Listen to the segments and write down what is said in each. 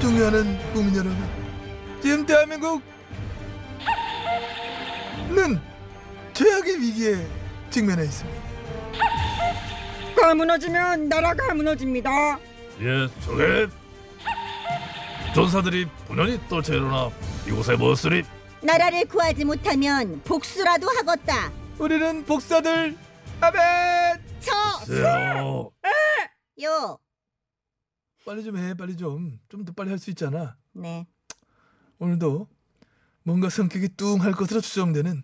존경하는 국민 여러분, 지금 대한민국은 최악의 위기에 직면해 있습니다. 가 무너지면 나라가 무너집니다. 예, 저게 전사들이 분연히 또 재로나 이곳에 무엇으리? 나라를 구하지 못하면 복수라도 하겠다. 우리는 복사들 아멘. 저, 세요. 요. 빨리 좀 해, 빨리 좀, 좀 더 빨리 할 수 있잖아. 네. 오늘도 뭔가 성격이 뚱할 것으로 추정되는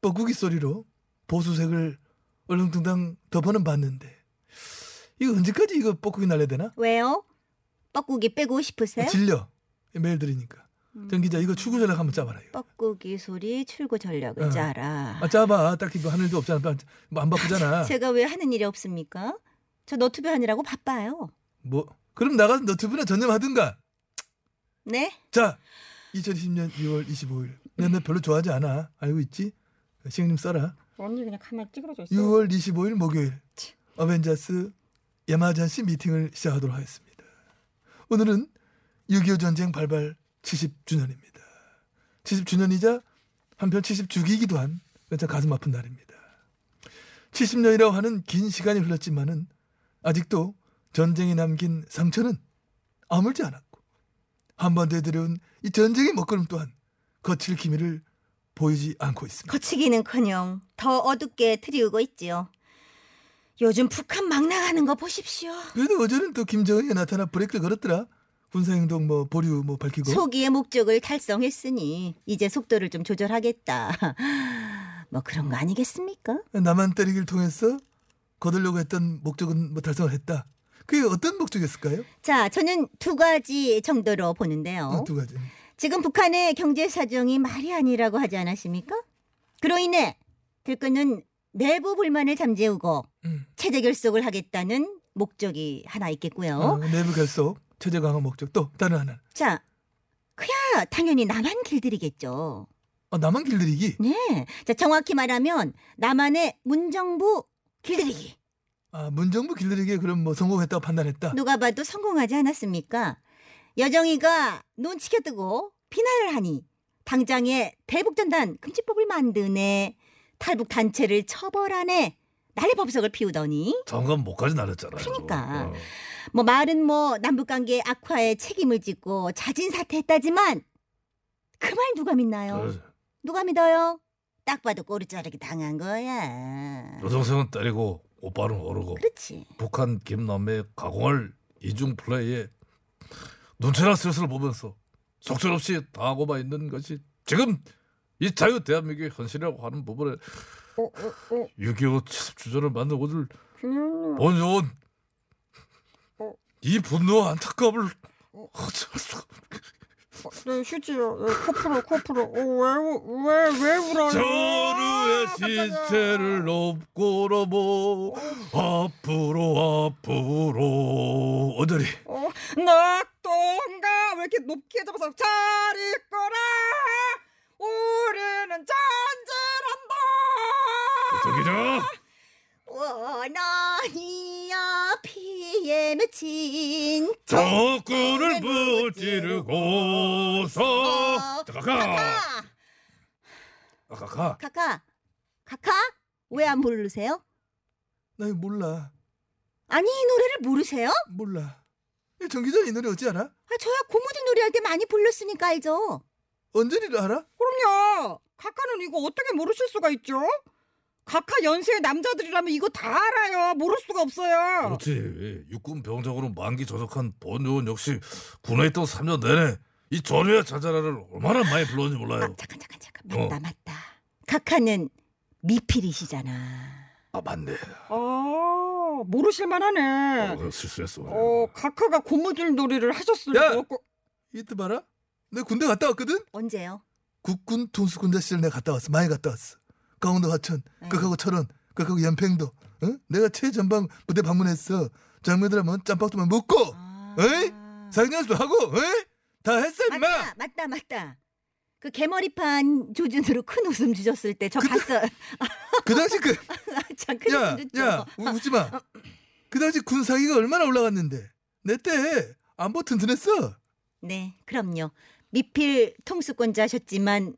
뻐꾸기 소리로 보수색을 얼렁뚱땅 덮어는 봤는데 이거 언제까지 이거 뻐꾸기 날려야 되나? 왜요? 뻐꾸기 빼고 싶으세요? 아, 질려 매일 들으니까 전 기자 이거 출구 전략 한번 짜봐라 이거. 뻐꾸기 소리 출구 전략을 어. 짜라. 아 짜봐 딱히 이거 하늘도 없잖아 뭐 안 바쁘잖아 제가 왜 하는 일이 없습니까? 저 너튜브 하느라고 바빠요. 뭐 그럼 나가서 너튜브나 전념하든가 네? 자 2020년 2월 25일 내너 별로 좋아하지 않아 알고 있지? 시영님 써라 언니 그냥 가만 찌그러져 있어. 6월 25일 목요일 어벤져스 야마잔시 미팅을 시작하도록 하겠습니다. 오늘은 6.25 전쟁 발발 70주년입니다. 70주년이자 한편 70주기이기도 한 진짜 가슴 아픈 날입니다. 70년이라고 하는 긴 시간이 흘렀지만은 아직도 전쟁이 남긴 상처는 아물지 않았고 한반도에 들여온 이 전쟁의 먹거름 또한 거칠 기미를 보이지 않고 있습니다. 거치기는커녕 더 어둡게 트리우고 있지요. 요즘 북한 막 나가는 거 보십시오. 그래도 어제는 또 김정은이 나타나 브레이크를 걸었더라. 군사행동 뭐 보류 뭐 밝히고. 초기의 목적을 달성했으니 이제 속도를 좀 조절하겠다. 뭐 그런 거 아니겠습니까? 나만 때리기를 통해서 거두려고 했던 목적은 뭐 달성을 했다. 그게 어떤 목적이었을까요? 자, 저는 두 가지 정도로 보는데요. 어, 두 가지. 지금 북한의 경제 사정이 말이 아니라고 하지 않았습니까? 그로 인해 들끓는 내부 불만을 잠재우고 음. 체제 결속을 하겠다는 목적이 하나 있겠고요. 어, 내부 결속, 체제 강화 목적 또 다른 하나. 자, 그야 당연히 나만 길들이겠죠. 어, 나만 길들이기. 네, 자 정확히 말하면 나만의 문정부 길들이기. 아, 문정부 길들이기에 그럼 뭐 성공했다고 판단했다. 누가 봐도 성공하지 않았습니까? 여정이가 눈치켜뜨고 비난을 하니 당장에 대북전단 금지법을 만드네 탈북 단체를 처벌하네 난리 법석을 피우더니 잠깐 목까지 날렸잖아요. 그러니까. 어. 뭐 말은 뭐 남북관계 악화에 책임을 짓고 자진 사퇴했다지만 그 말 누가 믿나요? 그래서 누가 믿어요? 딱 봐도 꼬리자르기 당한 거야. 여동생은 때리고 오빠는 오르고 그렇지. 북한 김남의 가공할 이중 플레이에 눈치나 슬슬 보면서 속절없이 당하고만 있는 것이 지금 이 자유 대한민국의 현실이라고 하는 부분에 6.25 70주년을 만들고들 본요원 어. 이 분노와 안타까움을 어찌할 수가 네, 휴지요. 예, 코프로, 코프로. 어, 왜, 우- 왜, 왜 울어요? 아, 저루의 신체를 높고 넘어 앞으로 앞으로 오늘이 어, 나 똥가 왜 이렇게 높게 잡아서 잘 있거라. 우리는 전진한다. 저기죠 원어이야 피에 맺힌 적군을 무찌르고서 어, 가가 카카 가가 카카 카카 왜 안 부르세요? 나 이거 몰라. 아니 이 노래를 모르세요? 몰라. 정 기자 이 노래 어찌 알아? 아, 저야 고무줄 놀이할 때 많이 불렀으니까 알죠. 언제를 알아? 그럼요. 카카는 이거 어떻게 모르실 수가 있죠? 카카 연세의 남자들이라면 이거 다 알아요. 모를 수가 없어요. 그렇지 육군 병장으로 만기 전역한 본요원 역시 군에 있던 3년 내내 이 전우의 자자라를 얼마나 많이 불렀는지 아 몰라요 잠깐 잠깐 잠깐 어. 맞다 맞다. 카카는 미필이시잖아. 아 맞네 어, 어, 모르실 만하네. 어, 실수했어. 어, 각하가 고무줄 놀이를 어, 하셨을 야! 것 같고. 이때 봐라. 내 군대 갔다 왔거든. 언제요? 국군 통수군자 시절 내가 갔다 왔어. 많이 갔다 왔어. 강원도 화천, 네. 극하고 철원, 극하고 연평도. 어? 내가 최전방 부대 방문했어. 장면들하면 짬밥도만 먹고, 아. 에이? 사격연습도 하고, 에이? 다 했어 임마. 맞다, 맞다, 맞다. 그 개머리판 조준으로 큰 웃음 주셨을 때 저 그때- 봤어요. 그 당시 그, 참큰 야, 웃음 줬죠. 야, 우- 웃지 마. 그 당시 군 사기가 얼마나 올라갔는데. 내 때 안보 튼튼했어. 네, 그럼요. 미필 통수권자 하셨지만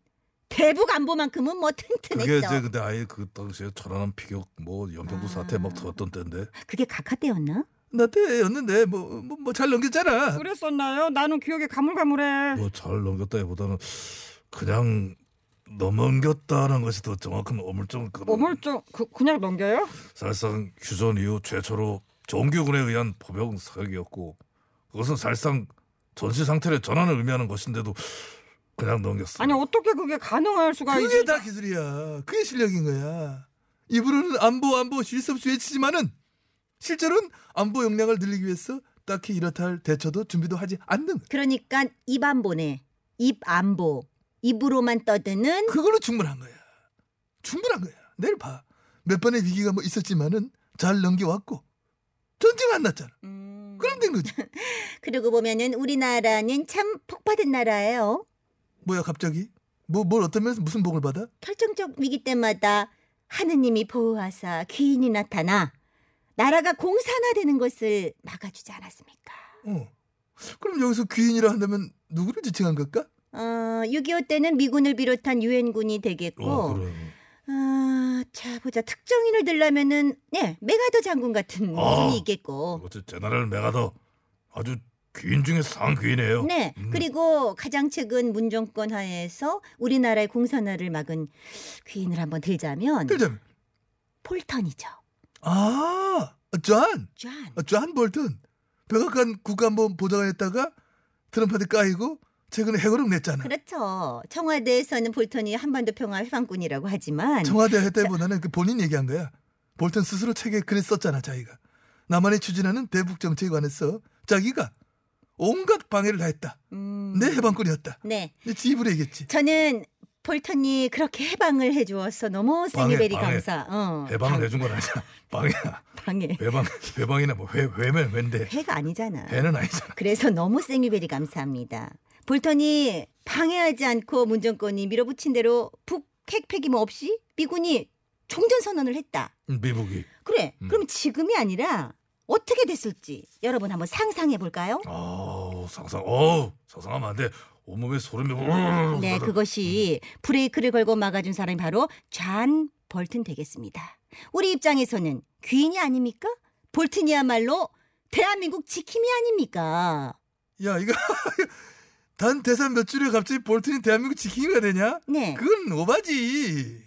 대북 안보만큼은 뭐 그게 튼튼했죠. 이제 근데 아예 그 당시에 천안함 피격 뭐 연평도 아. 사태 막 터졌던 때인데 그게 각하 때였나? 나 때였는데 뭐 뭐 잘 넘겼잖아. 그랬었나요? 나는 기억이 가물가물해. 뭐 잘 넘겼다기보다는 그냥 넘겼다는 것이 더 정확한 어물쩡 그런 어물쩡 그, 그냥 넘겨요? 사실상 휴전 이후 최초로 정규군에 의한 포병 사격이었고 그것은 사실상 전시 상태의 전환을 의미하는 것인데도 그냥 넘겼어. 아니 어떻게 그게 가능할 수가 그게 있지? 다 기술이야. 그게 실력인 거야. 입으로는 안보 안보 쉴 수 없이 외치지만은 실제로는 안보 역량을 늘리기 위해서 딱히 이렇다 할 대처도 준비도 하지 않는 거야. 그러니까 입 안보네. 입 안보. 입으로만 떠드는 그걸로 충분한 거야. 충분한 거야. 내일 봐. 몇 번의 위기가 뭐 있었지만은 잘 넘겨왔고 전쟁 안 났잖아. 음, 그럼 된 거지. 그러고 보면은 우리나라는 참 복받은 나라예요. 뭐야 갑자기? 뭐 뭘 어떤 면에서 무슨 복을 받아? 결정적 위기 때마다 하느님이 보호하사 귀인이 나타나 나라가 공산화되는 것을 막아주지 않았습니까? 어. 그럼 여기서 귀인이라 한다면 누구를 지칭한 걸까? 어, 6.25 때는 미군을 비롯한 유엔군이 되겠고 어, 그래. 아, 자 보자 특정인을 들려면은 네 메가더 장군 같은 아. 분이 있겠고 그것이 제나랄 메가더 아주 귀인 중에 상귀인이에요. 네 음. 그리고 가장 최근 문정권 하에서 우리나라의 공산화를 막은 귀인을 한번 들자면 그 들자면 폴턴이죠 아, 존. 존 아, 존 볼튼 백악관 국가안보 보좌관했다가 트럼프한테 까이고 최근에 해고령 냈잖아. 그렇죠 청와대에서는 폴턴이 한반도 평화 해방군이라고 하지만 청와대 했다기보다는 그 본인 얘기한 거야. 볼튼 스스로 책에 글을 썼잖아 자기가. 남한이 추진하는 대북 정책에 관해서 자기가 온갖 방해를 다 했다. 음, 내 해방군이었다. 네 내 지입으로 얘기했지. 저는 폴턴이 그렇게 해방을 해주어서 너무 방해, 세니베리 방해. 감사 어, 해방을 해준 건 아니야. 방해야. 방, 방해 해방 해방이나 뭐 회, 회면 회인데 해가 아니잖아 해는 아니잖아. 그래서 너무 생유베리 감사합니다. 볼턴이 방해하지 않고 문정권이 밀어붙인 대로 북핵 폐기물 없이 미군이 종전 선언을 했다. 미국이. 그래. 음. 그럼 지금이 아니라 어떻게 됐을지 여러분 한번 상상해 볼까요? 아 상상. 어 상상하면 안 돼. 온몸에 소름이. 우르르르 네, 나는. 그것이 브레이크를 걸고 막아준 사람이 바로 잔 볼튼 되겠습니다. 우리 입장에서는 귀인이 아닙니까? 볼튼이야말로 대한민국 지킴이 아닙니까? 야 이거 단 대산 몇 줄에 갑자기 볼튼이 대한민국 지키기가 되냐? 네. 그건 오바지.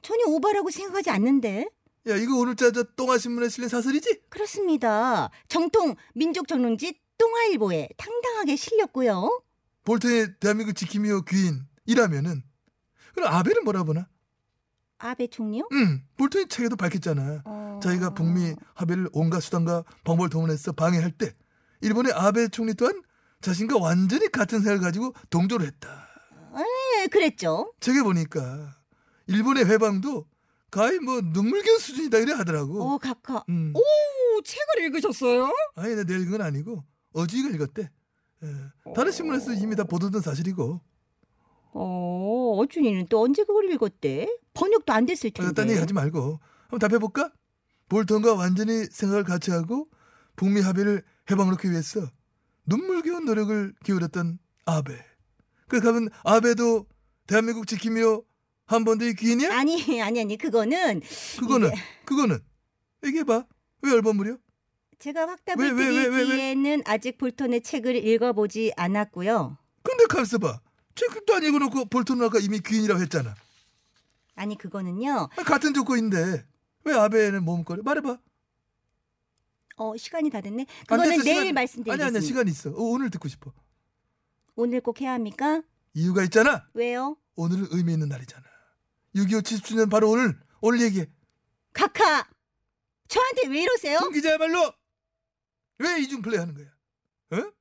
전혀 오바라고 생각하지 않는데. 야 이거 오늘자 저 똥아 신문에 실린 사설이지? 그렇습니다. 정통 민족 정릉지 똥화일보에 당당하게 실렸고요. 볼튼의 대한민국 지킴이요 귀인이라면은 그럼 아베는 뭐라 보나? 아베 총리요? 응, 볼턴이 책에도 밝혔잖아. 어. 자기가 북미 합의를 온갖 수단과 방법을 동원해서 방해할 때 일본의 아베 총리 또한 자신과 완전히 같은 생각을 가지고 동조를 했다. 네, 그랬죠. 책에 보니까 일본의 회방도 가히 뭐 눈물겨운 수준이다 이래 하더라고. 오, 각하. 음. 오, 책을 읽으셨어요? 아니 내가 읽은 건 아니고 어지가 읽었대. 예. 다른 신문에서 이미 다 보도된 사실이고. 어, 어준이는 또 언제 그걸 읽었대? 번역도 안 됐을 텐데. 딴 어, 얘기 하지 말고 한번 답해볼까? 볼턴과 완전히 생각을 같이 하고 북미 합의를 해방놓기 위해서 눈물겨운 노력을 기울였던 아베. 그가면 아베도 대한민국 지키며 한 번도 귀인이야? 아니, 아니, 아니. 그거는 그거는 그거는 얘기해봐. 왜 얼버무려? 제가 확답을 왜, 왜, 왜, 왜, 왜? 드리기에는 아직 볼턴의 책을 읽어보지 않았고요. 근데 가만있어 봐. 책도 안 읽어놓고 볼턴은 아까 이미 귀인이라고 했잖아. 아니, 그거는요. 아, 같은 조건인데 왜 아베는 머뭇거려? 말해봐. 네, 어, 시간이 다 됐네. 안 그거는 됐어, 내일 시간- 말씀드리겠습니다. 아니 아니야 시간 있어. 어, 오늘 듣고 싶어. 오늘 꼭 해야 합니까? 이유가 있잖아. 왜요? 오늘은 의미 있는 날이잖아. 6.25 70주년 바로 오늘 오늘 얘기해. 카카 저한테 왜 이러세요? 김 기자야말로 왜 이중 플레이 하는 거야? 어?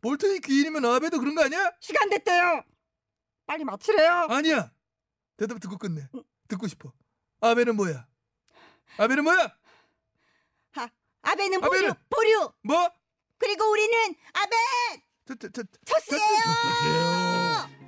볼턴이 귀인이면 아베도 그런 거 아니야? 시간 됐대요. 빨리 마치래요. 어? 아니야. 대답 듣고 끝내. 듣고 싶어. 아베는 뭐야? 아베는 뭐야? 아베는 보류, 아베는- 보류. 뭐? 그리고 우리는 아베 저, 저, 저, 그렇죠. 아, 토스예요. 좋겠네요.